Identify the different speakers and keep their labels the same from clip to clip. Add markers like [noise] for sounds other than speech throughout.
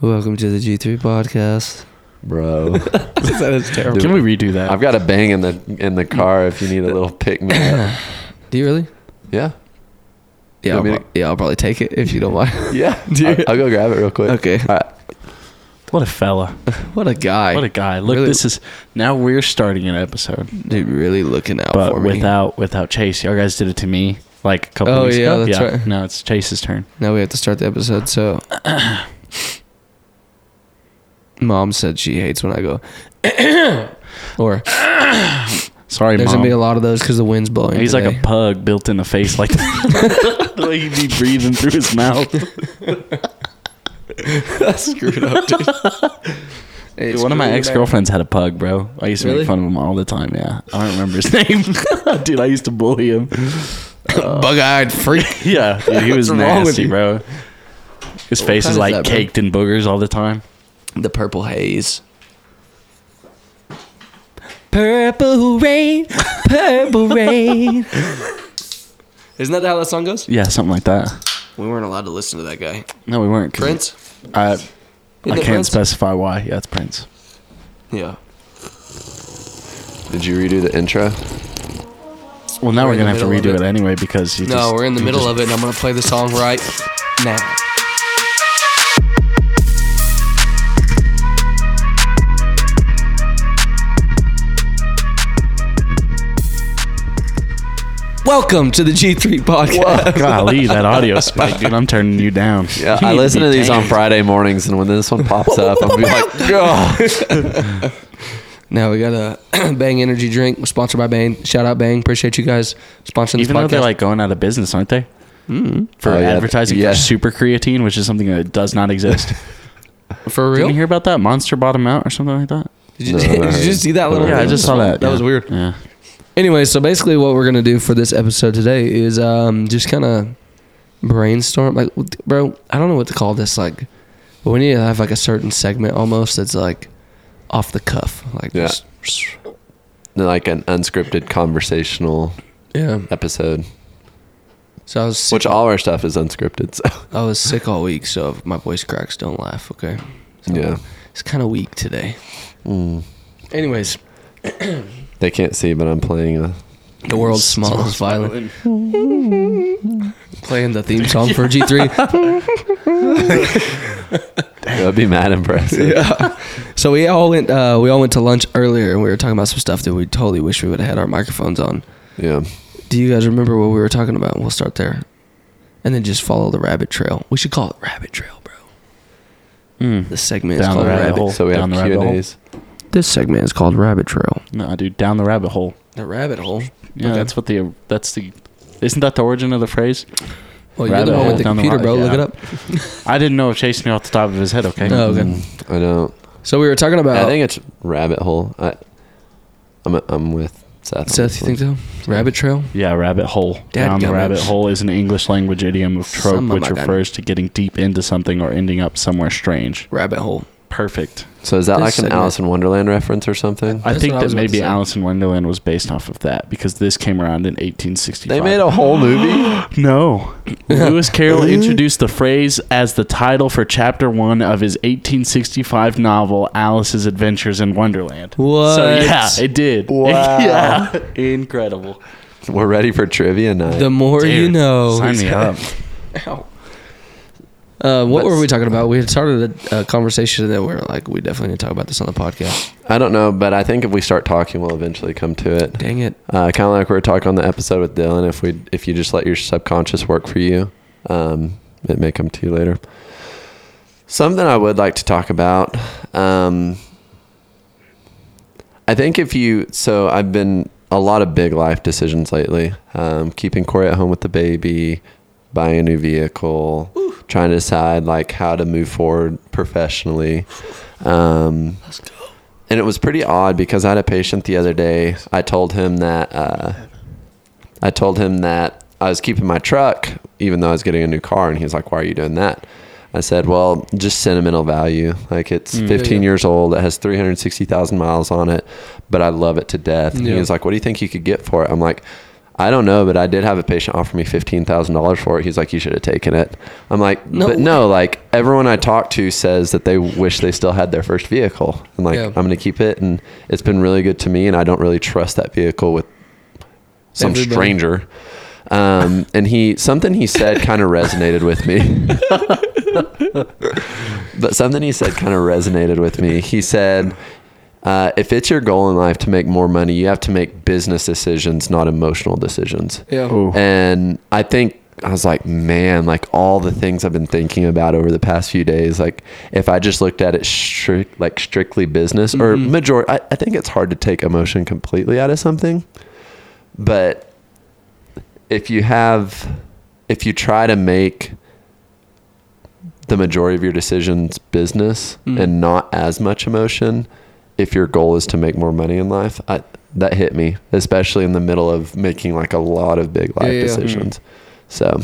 Speaker 1: Welcome to the G3
Speaker 2: [laughs]
Speaker 1: podcast.
Speaker 3: bro.
Speaker 1: that is terrible.
Speaker 2: Can we redo
Speaker 3: [laughs]
Speaker 2: that?
Speaker 3: I've got a bang in the in the car if you need a little pick me [laughs] up.
Speaker 1: Do you really?
Speaker 3: Yeah,
Speaker 1: Yeah,
Speaker 3: I
Speaker 1: I'll
Speaker 3: mean-
Speaker 1: prob- yeah, I'll probably take it if you don't mind.
Speaker 3: [laughs] yeah.
Speaker 1: Dude.
Speaker 3: I'll, I'll go grab it real quick.
Speaker 1: [laughs] okay.
Speaker 3: All right.
Speaker 2: what a fella.
Speaker 1: What a guy.
Speaker 2: What a guy. Look,
Speaker 1: Really-
Speaker 2: this is now we're starting an episode,
Speaker 1: Dude, really looking out
Speaker 2: but
Speaker 1: Oh, for me.
Speaker 2: without without Chase. Y'all guys did it to me like a couple
Speaker 1: Oh,
Speaker 2: weeks
Speaker 1: yeah,
Speaker 2: ago.
Speaker 1: that's right.
Speaker 2: Now it's Chase's turn.
Speaker 1: now we have to start the episode,
Speaker 2: [coughs]
Speaker 1: so. Mom said she hates when I go. [coughs] or
Speaker 2: Sorry,
Speaker 1: there's
Speaker 2: mom.
Speaker 1: gonna be a lot of those because the wind's blowing.
Speaker 2: He's like
Speaker 1: today.
Speaker 2: a pug built in the face, like the
Speaker 1: [laughs]
Speaker 2: [laughs] way he'd be breathing through his mouth. [laughs]
Speaker 1: screwed up. Dude. [laughs]
Speaker 2: Dude, one of my ex girlfriends had a pug, bro. I used to
Speaker 1: Really?
Speaker 2: make fun of him all the time. Yeah, I don't remember his [laughs] name. dude, I used to bully him.
Speaker 1: bug-eyed freak.
Speaker 2: Yeah,
Speaker 1: [laughs]
Speaker 2: dude, he was
Speaker 1: What's wrong with
Speaker 2: nasty,
Speaker 1: you?
Speaker 2: bro. His face
Speaker 1: kind
Speaker 2: is
Speaker 1: is
Speaker 2: like
Speaker 1: that, bro?
Speaker 2: caked in boogers all the time.
Speaker 1: The purple haze. Purple rain, purple rain. [laughs] Isn't that how that song goes?
Speaker 2: Yeah, something like that.
Speaker 1: We weren't allowed to listen to that guy.
Speaker 2: No, we weren't. 'cause
Speaker 1: Prince?
Speaker 2: I, Uh, I
Speaker 1: Isn't
Speaker 2: can't
Speaker 1: it Prince?
Speaker 2: specify why. Yeah, it's Prince.
Speaker 1: Yeah.
Speaker 3: Did you redo the intro?
Speaker 2: Well, now
Speaker 1: We're
Speaker 2: we're,
Speaker 1: in
Speaker 2: gonna
Speaker 1: the
Speaker 2: have to
Speaker 1: middle
Speaker 2: redo
Speaker 1: of
Speaker 2: it.
Speaker 1: it.
Speaker 2: anyway because you
Speaker 1: No,
Speaker 2: just,
Speaker 1: we're
Speaker 2: [laughs]
Speaker 1: in the middle of it, and I'm gonna play the song right now. Welcome to the G3 podcast.
Speaker 2: Oh, Golly,
Speaker 1: [laughs]
Speaker 2: that audio spike, dude! I'm turning you down.
Speaker 3: Yeah,
Speaker 2: You
Speaker 3: I
Speaker 2: need to
Speaker 3: listen
Speaker 2: be
Speaker 3: to these on
Speaker 2: tamed.
Speaker 3: Friday mornings, and when this one pops up, I'm gonna be [laughs] like, oh.
Speaker 1: Now we got a [clears throat] Bang energy drink sponsored by Bang. Shout out Bang, appreciate you guys sponsoring
Speaker 2: Even
Speaker 1: this
Speaker 2: though
Speaker 1: podcast.
Speaker 2: they're like hmm. going out of business, aren't they? For
Speaker 3: Oh, yeah.
Speaker 2: advertising
Speaker 3: Yeah.
Speaker 2: for super creatine, which is something that does
Speaker 1: [laughs]
Speaker 2: not exist.
Speaker 1: For
Speaker 2: Didn't
Speaker 1: real?
Speaker 2: you hear about that monster bottom out or something like that?
Speaker 1: [laughs] Did you,
Speaker 3: No, I
Speaker 1: did you
Speaker 3: heard.
Speaker 1: just see that little?
Speaker 2: Yeah, I
Speaker 1: thing?
Speaker 2: just saw that.
Speaker 1: That
Speaker 2: yeah.
Speaker 1: was weird.
Speaker 2: Yeah.
Speaker 1: Anyway, so basically, what we're gonna do for this episode today is um, just kind of brainstorm. Like, bro, I don't know what to call this. Like, but we need to have like a certain segment almost that's like off the cuff. Like,
Speaker 3: Yeah.
Speaker 1: just,
Speaker 3: like an unscripted conversational
Speaker 1: yeah.
Speaker 3: episode,
Speaker 1: So I was sick,
Speaker 3: which all our stuff is unscripted. [laughs] So
Speaker 1: I was sick all week, so if my voice cracks, don't laugh. Okay. So
Speaker 3: yeah,
Speaker 1: It's kind of weak today.
Speaker 3: Mm.
Speaker 1: Anyways,
Speaker 3: they can't see, but I'm playing a.
Speaker 1: the world's smallest violin. [laughs] Playing the theme song for G three.
Speaker 3: That'd be mad [laughs] impressive.
Speaker 1: So we all went. Uh, we all went to lunch earlier, and we were talking about some stuff that we totally wish we would have had our microphones on.
Speaker 3: Yeah.
Speaker 1: Do you guys remember what we were talking about? We'll start there, and then just follow the rabbit trail. We should call it rabbit trail, bro.
Speaker 2: Mm.
Speaker 1: This segment is
Speaker 2: Down the
Speaker 1: called
Speaker 2: rabbit
Speaker 1: rabbit.
Speaker 2: hole.
Speaker 3: So we have
Speaker 2: Down the
Speaker 3: Q
Speaker 2: rabbit
Speaker 3: and
Speaker 2: hole.
Speaker 3: A's.
Speaker 1: This segment is called rabbit trail.
Speaker 2: No, dude, down the rabbit hole.
Speaker 1: The rabbit hole.
Speaker 2: Yeah,
Speaker 1: Okay.
Speaker 2: that's what the that's the isn't that the origin of the phrase?
Speaker 1: Well, you're
Speaker 2: Rabbit
Speaker 1: the one
Speaker 2: hole
Speaker 1: with the
Speaker 2: down the
Speaker 1: computer,
Speaker 2: rabbit-
Speaker 1: bro. Look
Speaker 2: yeah.
Speaker 1: it up.
Speaker 2: I didn't know if Chase knew off the top of his head. Okay.
Speaker 1: Oh, okay.
Speaker 3: Mm, I don't.
Speaker 1: So we were talking about.
Speaker 3: I think it's rabbit hole. I, I'm I'm with Seth. on
Speaker 1: Seth,
Speaker 3: this
Speaker 1: you think
Speaker 3: one.
Speaker 1: so? Rabbit trail.
Speaker 2: Yeah, rabbit hole.
Speaker 1: Dad
Speaker 2: down the
Speaker 1: gummit.
Speaker 2: rabbit hole is an English language idiom of trope,
Speaker 1: Some of
Speaker 2: which
Speaker 1: my god.
Speaker 2: refers to getting deep into something or ending up somewhere strange.
Speaker 1: Rabbit hole.
Speaker 2: Perfect.
Speaker 3: So is that
Speaker 1: This
Speaker 3: like an
Speaker 1: segment-
Speaker 3: Alice in Wonderland reference or something?
Speaker 2: I
Speaker 1: That's
Speaker 2: think
Speaker 1: what I was
Speaker 2: that
Speaker 1: about to
Speaker 2: maybe
Speaker 1: say.
Speaker 2: Alice in Wonderland was based off of that because this came around in 1865.
Speaker 3: They made a whole
Speaker 1: [gasps]
Speaker 3: movie.
Speaker 1: [laughs]
Speaker 2: No. Lewis Carroll introduced the phrase as the title for chapter one of his 1865 novel, Alice's Adventures in Wonderland.
Speaker 1: What?
Speaker 2: So, yeah, it did. [laughs]
Speaker 3: Wow.
Speaker 2: yeah. Incredible.
Speaker 3: We're ready for trivia night.
Speaker 1: The more you
Speaker 2: Dude,
Speaker 1: know.
Speaker 2: Sign me up.
Speaker 1: Uh, what were
Speaker 3: Let's-
Speaker 1: we talking about? We had started a, a conversation that we were like, we definitely need to talk about this on the podcast.
Speaker 3: I don't know, but I think if we start talking, we'll eventually come to it.
Speaker 1: Dang it.
Speaker 3: Uh, kind of like we were talking on the episode with Dylan. If we if you just let your subconscious work for you, um, it may come to you later. Something I would like to talk about. Um, I think if you so I've been a lot of big life decisions lately. Um, keeping Corey at home with the baby, buying a new vehicle, trying to decide like how to move forward professionally. Um, and it was pretty odd because I had a patient the other day. I told him that uh, I told him that I was keeping my truck, even though I was getting a new car, and he was like, "Why are you doing that?" I said, "Well, just sentimental value. Like it's 15 years old. It has 360,000 miles on it, but I love it to death." And he
Speaker 1: Yeah.
Speaker 3: was like, "What do you think you could get for it?" I'm like. I don't know, but I did have a patient offer me fifteen thousand dollars for it. He's like, you should have taken it. I'm like,
Speaker 1: No
Speaker 3: but
Speaker 1: way.
Speaker 3: no, like everyone I talk to says that they wish they still had their first vehicle. And like,
Speaker 1: Yeah.
Speaker 3: I'm gonna keep it, and it's been really good to me. And I don't really trust that vehicle with some
Speaker 1: Everybody.
Speaker 3: stranger. Um, and he something he said kind of resonated with me. [laughs] but something he said kind of resonated with me. He said, uh, "If it's your goal in life to make more money, you have to make business decisions, not emotional decisions."
Speaker 1: Yeah.
Speaker 2: Ooh.
Speaker 3: And I think I was like, man, like all the things I've been thinking about over the past few days, like if I just looked at it strict, like strictly business or majority, I, I think it's hard to take emotion completely out of something. But if you have, if you try to make the majority of your decisions business
Speaker 1: Mm.
Speaker 3: and not as much emotion, if your goal is to make more money in life, I, that hit me, especially in the middle of making like a lot of big life
Speaker 1: Yeah, Mm. yeah, yeah.
Speaker 3: decisions. So,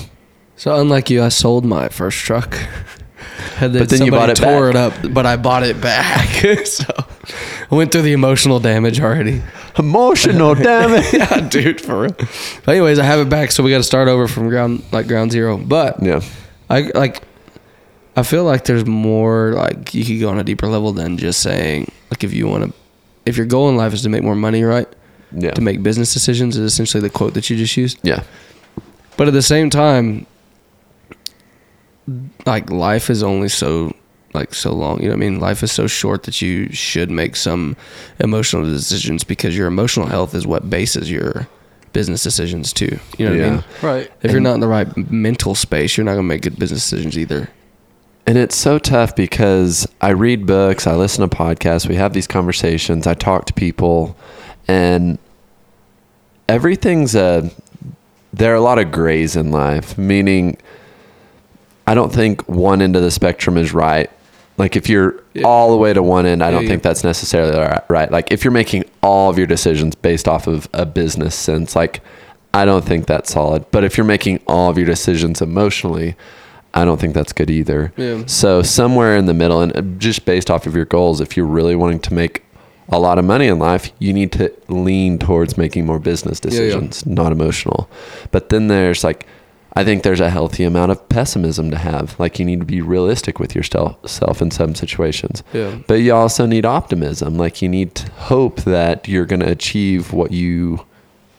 Speaker 1: So unlike you, I sold my first
Speaker 3: [laughs]
Speaker 1: truck. And
Speaker 3: But then you
Speaker 1: somebody
Speaker 3: bought it
Speaker 1: tore it up, but I bought it back. [laughs] so I went through the emotional damage already.
Speaker 3: emotional damage.
Speaker 1: [laughs] yeah, dude, for real. But anyways, I have it back, so we got to start over from ground like ground zero. But
Speaker 3: Yeah.
Speaker 1: I like, I feel like there's more like you could go on a deeper level than just saying like if you want to, if your goal in life is to make more money, right?
Speaker 3: Yeah.
Speaker 1: To make business decisions is essentially the quote that you just used.
Speaker 3: Yeah.
Speaker 1: But at the same time, like life is only so like so long. You know what I mean? Life is so short that you should make some emotional decisions because your emotional health is what bases your business decisions too. You know what
Speaker 3: Yeah.
Speaker 1: I mean?
Speaker 2: Right.
Speaker 1: If you're not in the right mental space, you're not gonna make good business decisions either.
Speaker 3: And it's so tough because I read books, I listen to podcasts, we have these conversations, I talk to people, and everything's a. There are a lot of grays in life, meaning I don't think one end of the spectrum is right. Like if you're
Speaker 1: Yeah.
Speaker 3: all the way to one end, I
Speaker 1: Yeah,
Speaker 3: don't
Speaker 1: yeah.
Speaker 3: think that's necessarily ri- right. Like if you're making all of your decisions based off of a business sense, like I don't think that's solid. But if you're making all of your decisions emotionally, I don't think that's good either.
Speaker 1: Yeah.
Speaker 3: So somewhere in the middle, and uh, just based off of your goals, if you're really wanting to make a lot of money in life, you need to lean towards making more business
Speaker 1: yeah.
Speaker 3: decisions, not emotional. But then there's like, I think there's a healthy amount of pessimism to have. Like you need to be realistic with yourself self in some situations.
Speaker 1: Yeah.
Speaker 3: But you also need optimism. Like you need to hope that you're going to achieve what you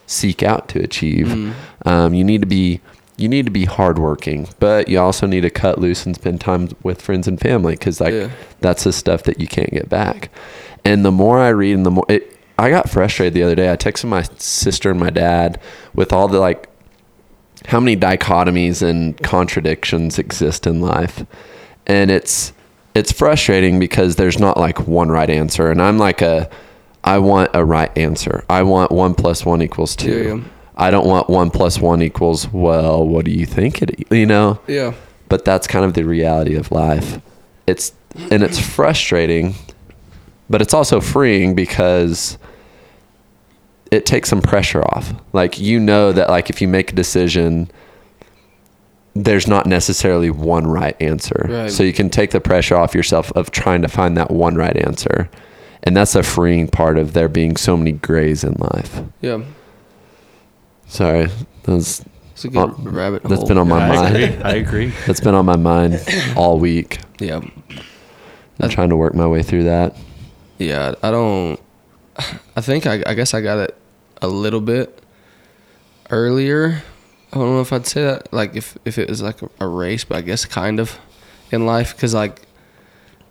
Speaker 3: seek out to achieve. Um, you need to be you need to be hardworking, but you also need to cut loose and spend time with friends and family because like
Speaker 1: Yeah.
Speaker 3: that's the stuff that you can't get back. And the more I read, and the more it, I got frustrated the other day. I texted my sister and my dad with all the like how many dichotomies and contradictions exist in life and it's it's frustrating because there's not like one right answer and i'm like a i want a right answer i want one plus one equals two
Speaker 1: Yeah, yeah.
Speaker 3: i don't want one plus one equals well what do you think it e-" you know
Speaker 1: Yeah.
Speaker 3: but that's kind of the reality of life it's and
Speaker 1: [clears throat]
Speaker 3: it's frustrating but it's also freeing because it takes some pressure off like you know that like if you make a decision there's not necessarily one right answer
Speaker 1: Right.
Speaker 3: so you can take the pressure off yourself of trying to find that one right answer and that's a freeing part of there being so many grays in life
Speaker 1: Yeah.
Speaker 3: sorry that's
Speaker 1: It's a good
Speaker 3: good Oh,
Speaker 1: rabbit hole.
Speaker 3: that's been on my
Speaker 2: I
Speaker 3: mind
Speaker 2: agree. I agree.
Speaker 3: that's been on my mind
Speaker 1: [coughs]
Speaker 3: all week
Speaker 1: yeah.
Speaker 3: I'm trying to work my way through that.
Speaker 1: Yeah, I don't. I think I, I guess I got it a little bit earlier. I don't know if I'd say that like if if it was like a race, but I guess kind of in life because like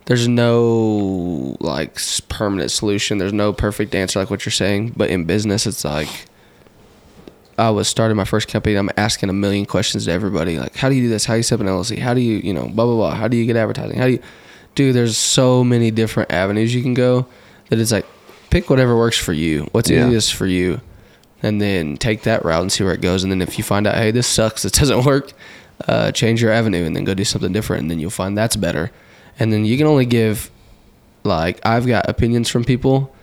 Speaker 1: there's no like s- permanent solution. There's no perfect answer like what you're saying. But in business, it's like I was starting my first company. I'm asking a million questions to everybody. Like, how do you do this? How do you set up an LLC? How do you, you know, blah blah blah. How do you get advertising? How do you, dude? There's so many different avenues you can go that it's like pick whatever works for you. What's
Speaker 3: Yeah.
Speaker 1: easiest for you, and then take that route and see where it goes. And then if you find out, hey, this sucks, [laughs] this doesn't work, uh, change your avenue and then go do something different, and then you'll find that's better. And then you can only give like I've got opinions from people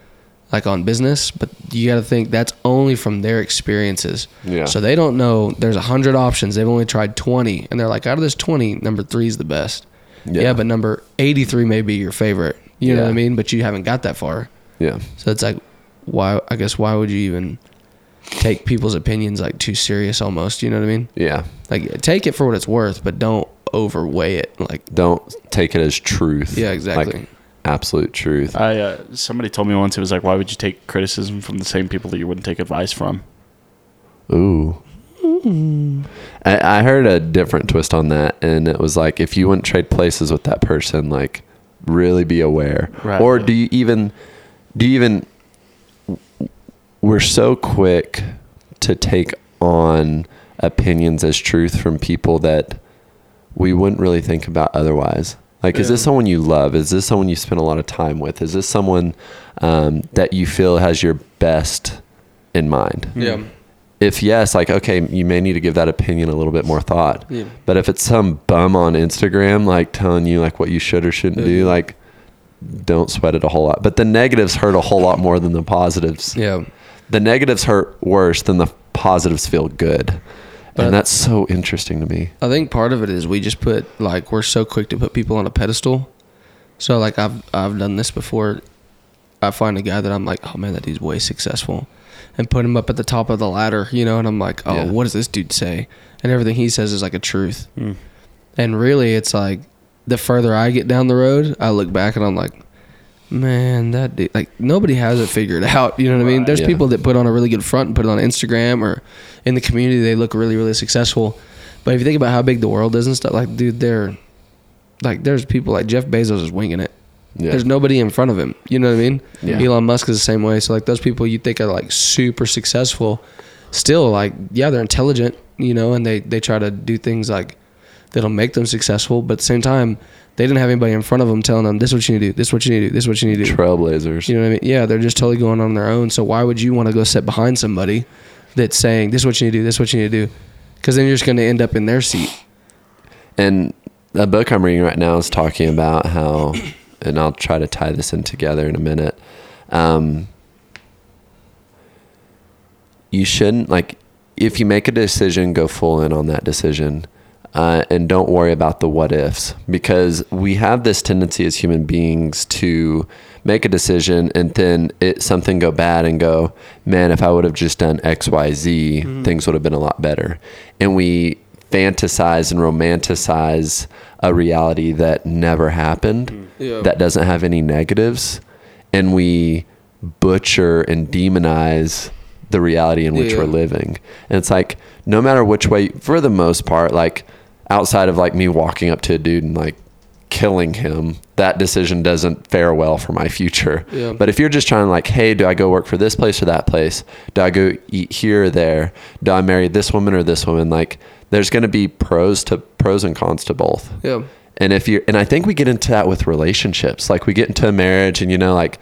Speaker 1: like on business, but you got to think that's only from their experiences.
Speaker 3: Yeah.
Speaker 1: So they don't know there's a hundred options. They've only tried twenty, and they're like, out of this twenty, number three is the best. Yeah,
Speaker 3: Yeah.
Speaker 1: but number eighty three may be your favorite. You know
Speaker 3: Yeah.
Speaker 1: what I mean? But you haven't got that far,
Speaker 3: Yeah.
Speaker 1: so it's like, why? I guess why would you even take people's opinions like too serious almost. You know what I mean?
Speaker 3: Yeah.
Speaker 1: Like take it for what it's worth, but don't overweigh it. Like
Speaker 3: Don't take it as truth.
Speaker 1: yeah, exactly.
Speaker 3: Like absolute truth.
Speaker 2: I uh, somebody told me once it was like, why would you take criticism from the same people that you wouldn't take advice from?
Speaker 3: Ooh. I, I heard a different twist on that, and it was like if you wouldn't trade places with that person, like really be aware.
Speaker 2: Right.
Speaker 3: Or do you even? Do you even? We're so quick to take on opinions as truth from people that we wouldn't really think about otherwise. Like, is this
Speaker 2: Yeah.
Speaker 3: someone you love? Is this someone you spend a lot of time with? Is this someone um, that you feel has your best in mind?
Speaker 1: yeah.
Speaker 3: if yes, like okay, you may need to give that opinion a little bit more thought.
Speaker 1: Yeah.
Speaker 3: But if it's some bum on Instagram like telling you like what you should or shouldn't do,
Speaker 1: Yeah.
Speaker 3: like don't sweat it a whole lot. But the negatives hurt a whole lot more than the positives.
Speaker 1: Yeah.
Speaker 3: The negatives hurt worse than the positives feel good.
Speaker 1: But-
Speaker 3: and that's so interesting to me.
Speaker 1: I think part of it is we just put like we're so quick to put people on a pedestal. So like I've I've done this before. I find a guy that I'm like, oh man, that dude's way successful, and put him up at the top of the ladder, you know. And I'm like, oh,
Speaker 3: Yeah.
Speaker 1: what does this dude say? And everything he says is like a truth. And really, it's like the further I get down the road, I look back and I'm like, man, that dude, like nobody has it figured out. You know what I mean?
Speaker 2: Right.
Speaker 1: There's
Speaker 3: Yeah.
Speaker 1: people that put on a really good front and put it on Instagram or in the community, they look really, really successful. But if you think about how big the world is and stuff, like, dude, they're like, there's people like Jeff Bezos is winging it.
Speaker 3: Yeah.
Speaker 1: There's nobody in front of him. You know what I mean?
Speaker 3: Yeah.
Speaker 1: Elon Musk is the same way. So like those people you think are like super successful, still like yeah they're intelligent, you know, and they they try to do things like that'll make them successful. But at the same time, they didn't have anybody in front of them telling them this is what you need to do, this is what you need to do, this is what you need to do.
Speaker 3: Trailblazers.
Speaker 1: You know what I mean? Yeah, they're just totally going on their own. So why would you want to go sit behind somebody that's saying this is what you need to do, this is what you need to do? Because then you're just going to end up in their seat.
Speaker 3: And the book I'm reading right now is talking about how, and I'll try to tie this in together in a minute. Um, you shouldn't like if you make a decision, go full in on that decision, uh, and don't worry about the what ifs because we have this tendency as human beings to make a decision and then it something go bad and go, man, if I would have just done X Y Z, things would have been a lot better, and we fantasize and romanticize a reality that never happened
Speaker 1: Yeah.
Speaker 3: that doesn't have any negatives and we butcher and demonize the reality in which
Speaker 1: Yeah.
Speaker 3: we're living and it's like no matter which way for the most part like outside of like me walking up to a dude and like killing him that decision doesn't fare well for my future
Speaker 1: Yeah.
Speaker 3: but if you're just trying to like hey do i go work for this place or that place do i go eat here or there do i marry this woman or this woman like there's going to be pros to pros and cons to both
Speaker 1: Yeah.
Speaker 3: and if you and I think we get into that with relationships. Like we get into a marriage and you know like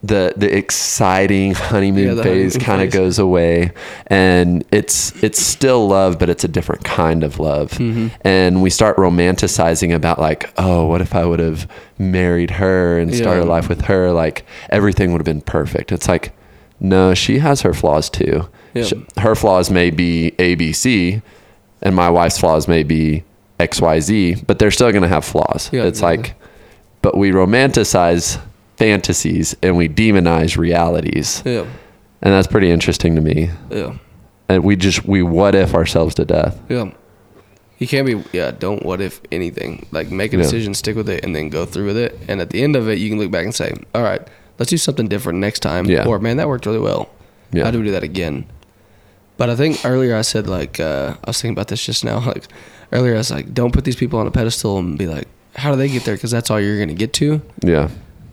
Speaker 3: the the exciting honeymoon
Speaker 1: Yeah, the
Speaker 3: phase
Speaker 1: honeymoon
Speaker 3: kind of
Speaker 1: phase.
Speaker 3: goes away and it's it's still love but it's a different kind of love.
Speaker 1: Mm-hmm.
Speaker 3: And we start romanticizing about like, oh, what if I would have married her and started
Speaker 1: Yeah.
Speaker 3: life with her like everything would have been perfect. It's like no, she has her flaws too.
Speaker 1: Yeah.
Speaker 3: Sh- Her flaws may be ABC, and my wife's flaws may be XYZ, but they're still going to have flaws.
Speaker 1: Yeah,
Speaker 3: it's
Speaker 1: exactly.
Speaker 3: like, but we romanticize fantasies and we demonize realities.
Speaker 1: Yeah.
Speaker 3: And that's pretty interesting to me.
Speaker 1: Yeah.
Speaker 3: And we just, we what if ourselves to death.
Speaker 1: Yeah. You can't be yeah, don't what if anything. Like make a
Speaker 3: Yeah.
Speaker 1: decision, stick with it, and then go through with it. And at the end of it you can look back and say, All right, let's do something different next time.
Speaker 3: Yeah.
Speaker 1: Or man, that worked really well.
Speaker 3: Yeah.
Speaker 1: How do we do that again? But I think earlier I said like uh, I was thinking about this just now. [laughs] Like earlier I was like, don't put these people on a pedestal and be like, how do they get there? Because that's all you're gonna get to
Speaker 3: Yeah.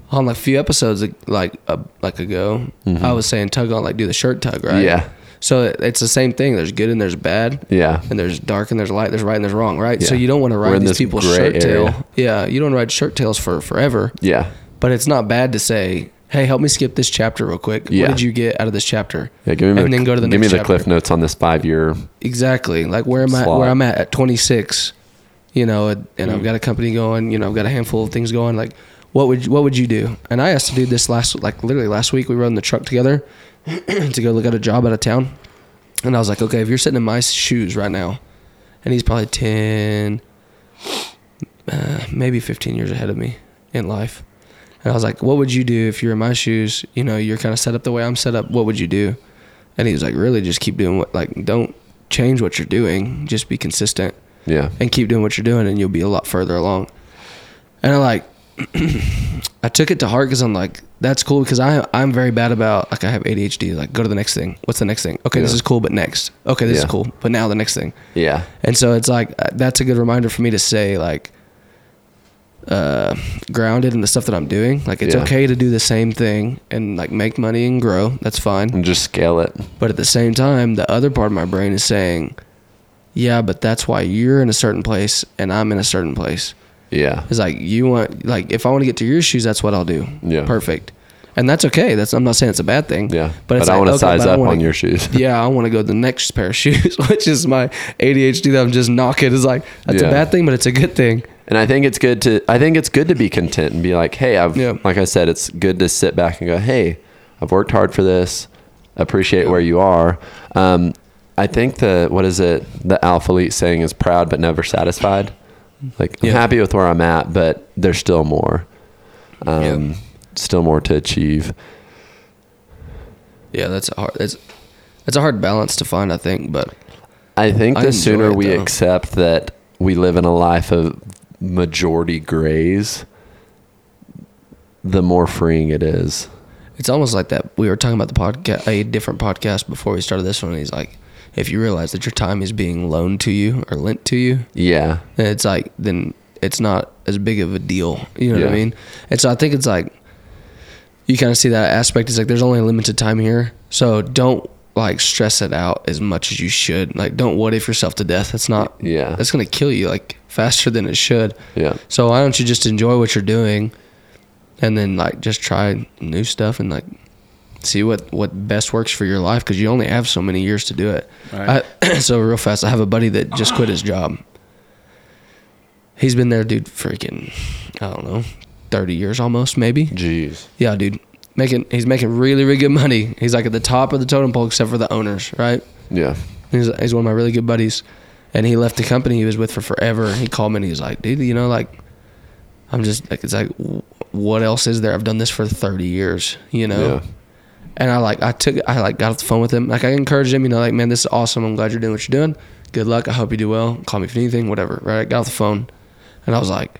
Speaker 1: on like a few episodes like a, like ago, I was saying tug on like do the shirt tug, right?
Speaker 3: Mm-hmm. Yeah.
Speaker 1: So it- it's the same thing. There's good and there's bad.
Speaker 3: Yeah.
Speaker 1: And there's dark and there's light. There's right and there's wrong, right? So
Speaker 3: Yeah.
Speaker 1: you don't want to
Speaker 3: We're
Speaker 1: ride
Speaker 3: in
Speaker 1: these
Speaker 3: this
Speaker 1: people's
Speaker 3: gray
Speaker 1: shirt
Speaker 3: area.
Speaker 1: tail. Yeah, you don't ride shirt tails for forever.
Speaker 3: Yeah.
Speaker 1: But it's not bad to say, hey, help me skip this chapter real quick.
Speaker 3: Yeah.
Speaker 1: What did you get out of this chapter?
Speaker 3: Yeah. Give me,
Speaker 1: And
Speaker 3: the,
Speaker 1: then go to the
Speaker 3: give
Speaker 1: next
Speaker 3: me the cliff
Speaker 1: chapter.
Speaker 3: notes on this five year.
Speaker 1: Exactly. Like where am I?
Speaker 3: Slot.
Speaker 1: Where I'm at at 26. You know, and and I've got a company going. You know, I've got a handful of things going. Like, what would what would you do? And I asked to do this last, like literally last week. We rode in the truck together [clears throat] to go look at a job out of town, and I was like, okay, if you're sitting in my shoes right now, and he's probably 10, uh, maybe 15 years ahead of me in life. And I was like, what would you do if you're in my shoes? You know, you're kind of set up the way I'm set up. What would you do? And he was like, really, just keep doing what, like, don't change what you're doing. Just be consistent
Speaker 3: Yeah.
Speaker 1: and keep doing what you're doing, and you'll be a lot further along. And I like, [clears throat] I took it to heart because I'm like, that's cool because I I'm very bad about like I have ADHD. Like, go to the next thing. What's the next thing? Okay, this
Speaker 3: Yeah.
Speaker 1: is cool, but next. Okay, this is
Speaker 3: Yeah.
Speaker 1: cool, but now the next thing.
Speaker 3: Yeah.
Speaker 1: And so it's like uh, that's a good reminder for me to say like uh grounded in the stuff that I'm doing. Like it's
Speaker 3: Yeah.
Speaker 1: okay to do the same thing and like make money and grow. That's fine.
Speaker 3: And just scale it.
Speaker 1: But at the same time, the other part of my brain is saying, "Yeah, but that's why you're in a certain place and I'm in a certain place."
Speaker 3: Yeah.
Speaker 1: It's like you want like if I want to get to your shoes, that's what I'll do.
Speaker 3: Yeah.
Speaker 1: Perfect. And that's okay. That's I'm not saying it's a bad thing.
Speaker 3: Yeah.
Speaker 1: But, it's
Speaker 3: I
Speaker 1: like,
Speaker 3: want to
Speaker 1: okay,
Speaker 3: size
Speaker 1: but I
Speaker 3: up
Speaker 1: wanna-
Speaker 3: on your shoes. [laughs]
Speaker 1: [laughs] yeah, I want to go to the next pair of [laughs] shoes, which is my ADHD that I'm just knocking. It's like that's
Speaker 3: Yeah.
Speaker 1: a bad thing, but it's a good thing.
Speaker 3: And I think it's good to I think it's good to be content and be like, hey, I've
Speaker 1: Yeah.
Speaker 3: like I said, it's good to sit back and go, hey, I've worked hard for this. Appreciate where you are. Um, I think the what is it? The alpha elite saying is proud but never satisfied. Like I'm
Speaker 1: Yeah.
Speaker 3: happy with where I'm at, but there's still more. Um, Still more to achieve.
Speaker 1: Yeah, that's a hard. That's that's a hard balance to find, I think. But
Speaker 3: I think
Speaker 1: I
Speaker 3: the
Speaker 1: enjoy
Speaker 3: sooner
Speaker 1: it,
Speaker 3: we
Speaker 1: though.
Speaker 3: accept that we live in a life of majority grays, the more freeing it is.
Speaker 1: it's almost like that. We were talking about the podcast, a different podcast before we started this one. And he's like, if you realize that your time is being loaned to you or lent to you,
Speaker 3: Yeah.
Speaker 1: then it's like then it's not as big of a deal. You know what I
Speaker 3: Yeah.
Speaker 1: mean? And so I think it's like you kind of see that aspect. It's like there's only a limited time here, so don't like stress it out as much as you should. Like don't what if yourself to death. That's not
Speaker 3: Yeah.
Speaker 1: that's gonna kill you like faster than it should.
Speaker 3: Yeah.
Speaker 1: So why don't you just enjoy what you're doing, and then like just try new stuff and like see what what best works for your life because you only have so many years to do it.
Speaker 2: Right.
Speaker 1: I, [clears throat] so real fast, I have a buddy that just quit his job. He's been there, dude, freaking I don't know, thirty years almost, maybe.
Speaker 3: Jeez.
Speaker 1: Yeah, dude, making he's making really really good money. He's like at the top of the totem pole except for the owners, right?
Speaker 3: Yeah.
Speaker 1: He's, he's one of my really good buddies. And he left the company he was with for forever. He called me and he was like, dude, you know, like, I'm just, like, it's like, w- what else is there? I've done this for 30 years, you know?
Speaker 3: Yeah.
Speaker 1: And I, like, I took, I, like, got off the phone with him. Like, I encouraged him, you know, like, man, this is awesome. I'm glad you're doing what you're doing. Good luck. I hope you do well. Call me if you need anything, whatever. Right. got off the phone. And I was like,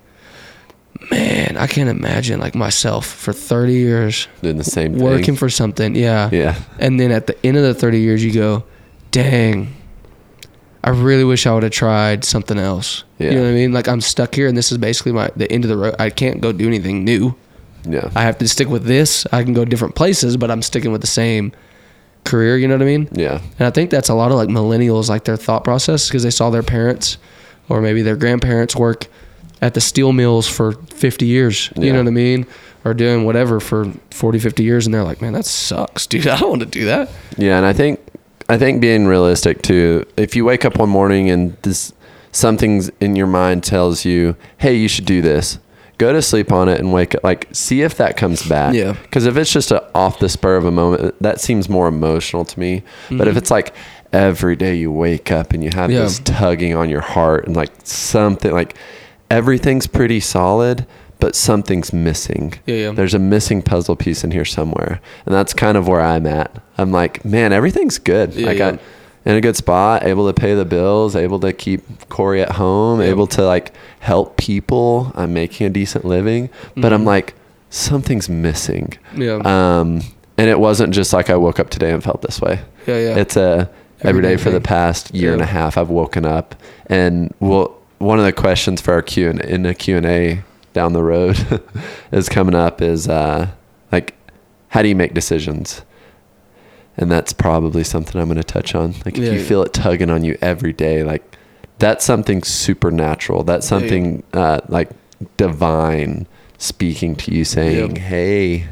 Speaker 1: man, I can't imagine, like, myself for 30 years
Speaker 3: Doing the same thing.
Speaker 1: working for something. Yeah.
Speaker 3: yeah.
Speaker 1: And then at the end of the 30 years, you go, dang, I really wish I would have tried something else. You
Speaker 3: Yeah.
Speaker 1: know what I mean? Like I'm stuck here, and this is basically my the end of the road. I can't go do anything new.
Speaker 3: Yeah.
Speaker 1: I have to stick with this. I can go different places, but I'm sticking with the same career. You know what I mean?
Speaker 3: yeah.
Speaker 1: And I think that's a lot of like millennials, like their thought process, because they saw their parents or maybe their grandparents work at the steel mills for 50 years. You
Speaker 3: Yeah.
Speaker 1: know what I mean? Or doing whatever for 40, 50 years. And they're like, man, that sucks, dude. [laughs] I don't want to do that.
Speaker 3: Yeah, and I think I think being realistic too. If you wake up one morning and this something's in your mind tells you, "Hey, you should do this." Go to sleep on it and wake up. Like, see if that comes back.
Speaker 1: Yeah.
Speaker 3: Because if it's just a off the spur of a moment, that seems more emotional to me. But if it's like every day you wake up and you have
Speaker 1: Mm-hmm. Yeah.
Speaker 3: this tugging on your heart and like something like everything's pretty solid, but something's missing
Speaker 1: Yeah, yeah.
Speaker 3: there's a missing puzzle piece in here somewhere and that's kind of where i'm at i'm like man everything's good
Speaker 1: Yeah,
Speaker 3: like
Speaker 1: yeah.
Speaker 3: i'm in a good spot able to pay the bills able to keep corey at home able to like help people i'm making a decent living but
Speaker 1: Mm-hmm.
Speaker 3: i'm like something's missing
Speaker 1: Yeah.
Speaker 3: um and it wasn't just like i woke up today and felt this way
Speaker 1: yeah, yeah.
Speaker 3: it's a every
Speaker 1: Everyday
Speaker 3: day for the
Speaker 1: thing.
Speaker 3: past year and a
Speaker 1: Yeah.
Speaker 3: half. I've woken up and well, one of the questions for our Q and in the Q and A down the road [laughs] is coming up is uh, like, how do you make decisions? And that's probably something I'm going to touch on. Like, if
Speaker 1: Yeah,
Speaker 3: you
Speaker 1: yeah.
Speaker 3: feel it tugging on you every day, like that's something supernatural. That's
Speaker 1: Yeah, yeah.
Speaker 3: something uh, like divine speaking to you, saying, "Hey,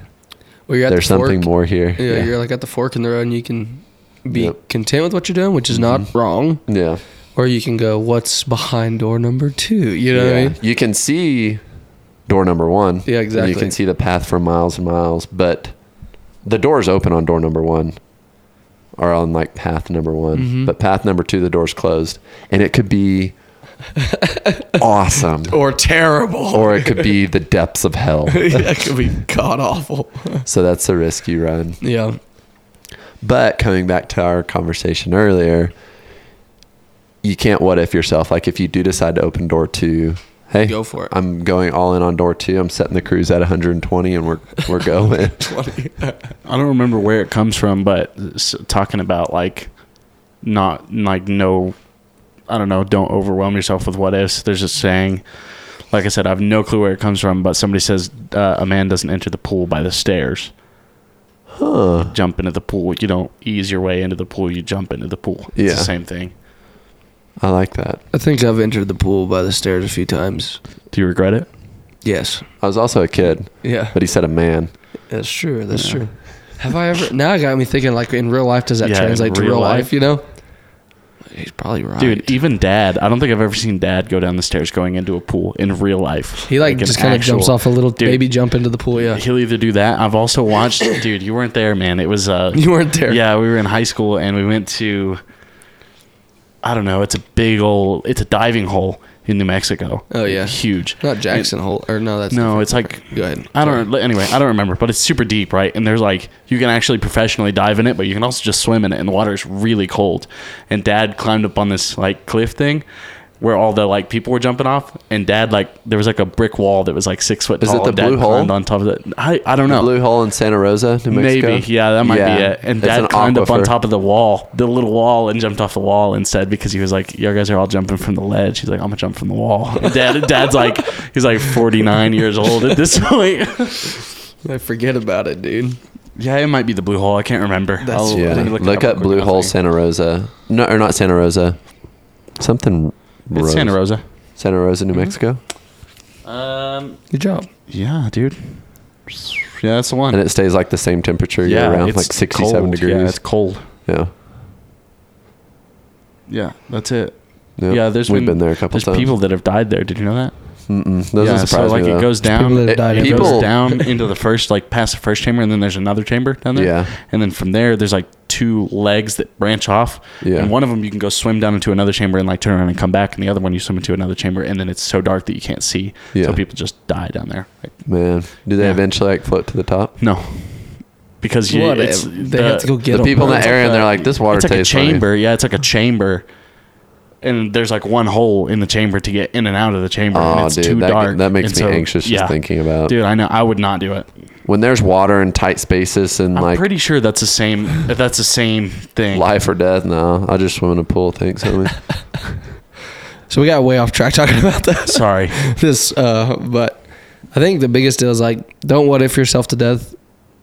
Speaker 1: well, you're at
Speaker 3: there's
Speaker 1: the fork.
Speaker 3: something more here."
Speaker 1: Yeah,
Speaker 3: yeah,
Speaker 1: you're like at the fork in the road, and you can be
Speaker 3: Yep. Mm-hmm.
Speaker 1: content with what you're doing, which is not wrong,
Speaker 3: yeah.
Speaker 1: or you can go, "What's behind door number two? You know
Speaker 3: yeah.
Speaker 1: what I mean?
Speaker 3: You can see door number one.
Speaker 1: Yeah,
Speaker 3: and
Speaker 1: exactly.
Speaker 3: you can see the path for miles and miles, but the door's open on door number one or on like path number one.
Speaker 1: Mm-hmm.
Speaker 3: But path number two, the door's closed. And it could
Speaker 1: [laughs]
Speaker 3: be awesome.
Speaker 1: Or terrible, [laughs]
Speaker 3: Or it could be the depths of hell.
Speaker 1: that could be god awful.
Speaker 3: So that's the risk you run.
Speaker 1: Yeah,
Speaker 3: But coming back to our conversation earlier, you can't what if yourself. Like if you do decide to open door two, hey,
Speaker 1: Go for it. [laughs]
Speaker 3: I'm going all in on door two. I'm setting the cruise at 120, and we're we're
Speaker 2: [laughs]
Speaker 3: going.
Speaker 2: I don't remember where it comes from, but s- talking about like not like no, I don't know, don't overwhelm yourself with what ifs. There's a saying, like I said, I have no clue where it comes from, but somebody says uh, a man doesn't enter the pool by the stairs.
Speaker 3: huh.
Speaker 2: Jump into the pool. You don't ease your way into the pool. You jump into the pool. It's
Speaker 3: Yeah.
Speaker 2: the same thing.
Speaker 3: I like that.
Speaker 1: I think I've entered the pool by the stairs a few times.
Speaker 2: Do you regret it?
Speaker 1: Yes.
Speaker 3: I was also a kid,
Speaker 1: Yeah.
Speaker 3: but he said a man.
Speaker 1: That's true. That's true. Have I ever? Now it got me thinking. Like in real life, does that
Speaker 2: Yeah, in
Speaker 1: translate to
Speaker 2: real
Speaker 1: real life?
Speaker 2: life.
Speaker 1: You know. He's probably right,
Speaker 2: Dude, even dad, I don't think I've ever seen dad go down the stairs going into a pool in real life.
Speaker 1: He like,
Speaker 2: an
Speaker 1: just kind of jumps
Speaker 2: actual-
Speaker 1: off a little
Speaker 2: Dude.
Speaker 1: baby jump into the pool. Yeah.
Speaker 2: He'll either do that. I've also watched, [coughs] dude, you weren't there, man. It was, uh,
Speaker 1: [laughs] You weren't there.
Speaker 2: yeah, we were in high school and we went to, I don't know, it's a big old, it's a diving hole in New Mexico.
Speaker 1: Oh, yeah.
Speaker 2: Huge.
Speaker 1: Not Jackson Hole or no? That's
Speaker 2: No,
Speaker 1: different.
Speaker 2: it's like
Speaker 1: Go ahead.
Speaker 2: I don't. know Anyway, I don't remember, but it's super deep, right? And there's like you can actually professionally dive in it, but you can also just swim in it, and the water is really cold. And Dad climbed up on this like cliff thing where all the like people were jumping off, and Dad like there was like a brick wall that was like six foot
Speaker 3: Is
Speaker 2: tall.
Speaker 3: it the
Speaker 2: and Dad
Speaker 3: blue hole?
Speaker 2: climbed on top of it. I I don't
Speaker 3: The
Speaker 2: know.
Speaker 3: Blue Hole in Santa Rosa, New Mexico.
Speaker 2: Oh, Maybe, yeah, that might be
Speaker 3: Yeah.
Speaker 2: it. And
Speaker 3: It's
Speaker 2: dad
Speaker 3: an
Speaker 2: climbed up on
Speaker 3: aquifer.
Speaker 2: top of the wall, the little wall, and jumped off the wall instead because he was like, "You guys are all jumping from the ledge." He's like, "I'm gonna jump from the wall." [laughs] And dad, dad's like, he's like 49 years old at this [laughs] point.
Speaker 1: I forget about it, dude.
Speaker 2: yeah, it might be the blue hole. I can't remember. I'll-
Speaker 3: Yeah,
Speaker 2: let me
Speaker 3: look,
Speaker 2: it
Speaker 3: up,
Speaker 2: real quick.
Speaker 3: Blue
Speaker 2: I
Speaker 3: Hole
Speaker 2: think.
Speaker 3: Santa Rosa. No, or not Santa Rosa. Something.
Speaker 2: It's Santa Rosa. Mm-hmm.
Speaker 3: Santa Rosa, New Mexico,
Speaker 2: Um,
Speaker 1: Good job.
Speaker 2: yeah, dude. Yeah, that's the one.
Speaker 3: and it stays like the same temperature year round, like
Speaker 2: it's
Speaker 3: sixty-seven
Speaker 2: cold.
Speaker 3: degrees.
Speaker 2: Yeah, it's cold.
Speaker 3: Yeah.
Speaker 2: Yeah, that's it.
Speaker 3: Yep.
Speaker 2: Yeah, there's
Speaker 3: we've
Speaker 2: been-
Speaker 3: been, there a couple
Speaker 2: There's
Speaker 3: times.
Speaker 2: people that have died there. Did you know that?
Speaker 3: Mm-mm, doesn't
Speaker 2: yeah, so
Speaker 3: surprise
Speaker 2: like
Speaker 3: me.
Speaker 2: it
Speaker 3: though.
Speaker 2: goes down.
Speaker 1: people that died
Speaker 2: Uh, it
Speaker 1: in
Speaker 2: goes
Speaker 3: People- [laughs]
Speaker 2: down into the first like past the first chamber and then there's another chamber down there
Speaker 3: Yeah.
Speaker 2: and then from there there's like two legs that branch off
Speaker 3: Yeah.
Speaker 2: and one of them you can go swim down into another chamber and like turn around and come back and the other one you swim into another chamber and then it's so dark that you can't see
Speaker 3: Yeah.
Speaker 2: so people just die down there like,
Speaker 3: Man, do they
Speaker 2: Yeah.
Speaker 3: eventually like float to the top?
Speaker 2: no because you
Speaker 1: What?
Speaker 2: it's,
Speaker 1: they have to go get
Speaker 3: the
Speaker 1: 'em.
Speaker 3: people in
Speaker 1: It's
Speaker 3: that
Speaker 1: like
Speaker 3: area,
Speaker 1: a-
Speaker 3: and they're like, "This water
Speaker 2: it's like a
Speaker 3: tastes funny."
Speaker 2: chamber yeah it's like a chamber and there's like one hole in the chamber to get in and out of the chamber and
Speaker 3: Oh,
Speaker 2: it's
Speaker 3: dude,
Speaker 2: too
Speaker 3: that,
Speaker 2: dark
Speaker 3: that makes
Speaker 2: And
Speaker 3: me
Speaker 2: so-
Speaker 3: anxious just
Speaker 2: yeah.
Speaker 3: thinking about.
Speaker 2: dude i know i would not do it
Speaker 3: When there's water in tight spaces and
Speaker 2: I'm
Speaker 3: like
Speaker 2: pretty sure that's the same. That's the same thing.
Speaker 3: life or death, no, I just swim in a pool. Thanks,
Speaker 2: [laughs]
Speaker 3: homie.
Speaker 1: So we got way off track talking [laughs] about that.
Speaker 2: Sorry.
Speaker 1: this, uh, but I think the biggest deal is like, don't what if yourself to death,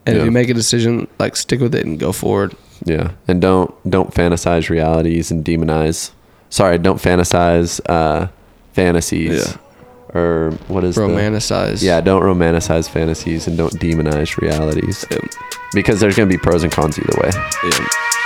Speaker 1: and if
Speaker 3: Yeah.
Speaker 1: you make a decision, like stick with it and go forward.
Speaker 3: Yeah, and don't don't fantasize realities and demonize. Sorry, don't fantasize uh, fantasies or what is the-
Speaker 1: Romanticize.
Speaker 3: yeah, don't romanticize fantasies and don't demonize realities
Speaker 1: Yep.
Speaker 3: because there's gonna be pros and cons either way.
Speaker 1: Yeah.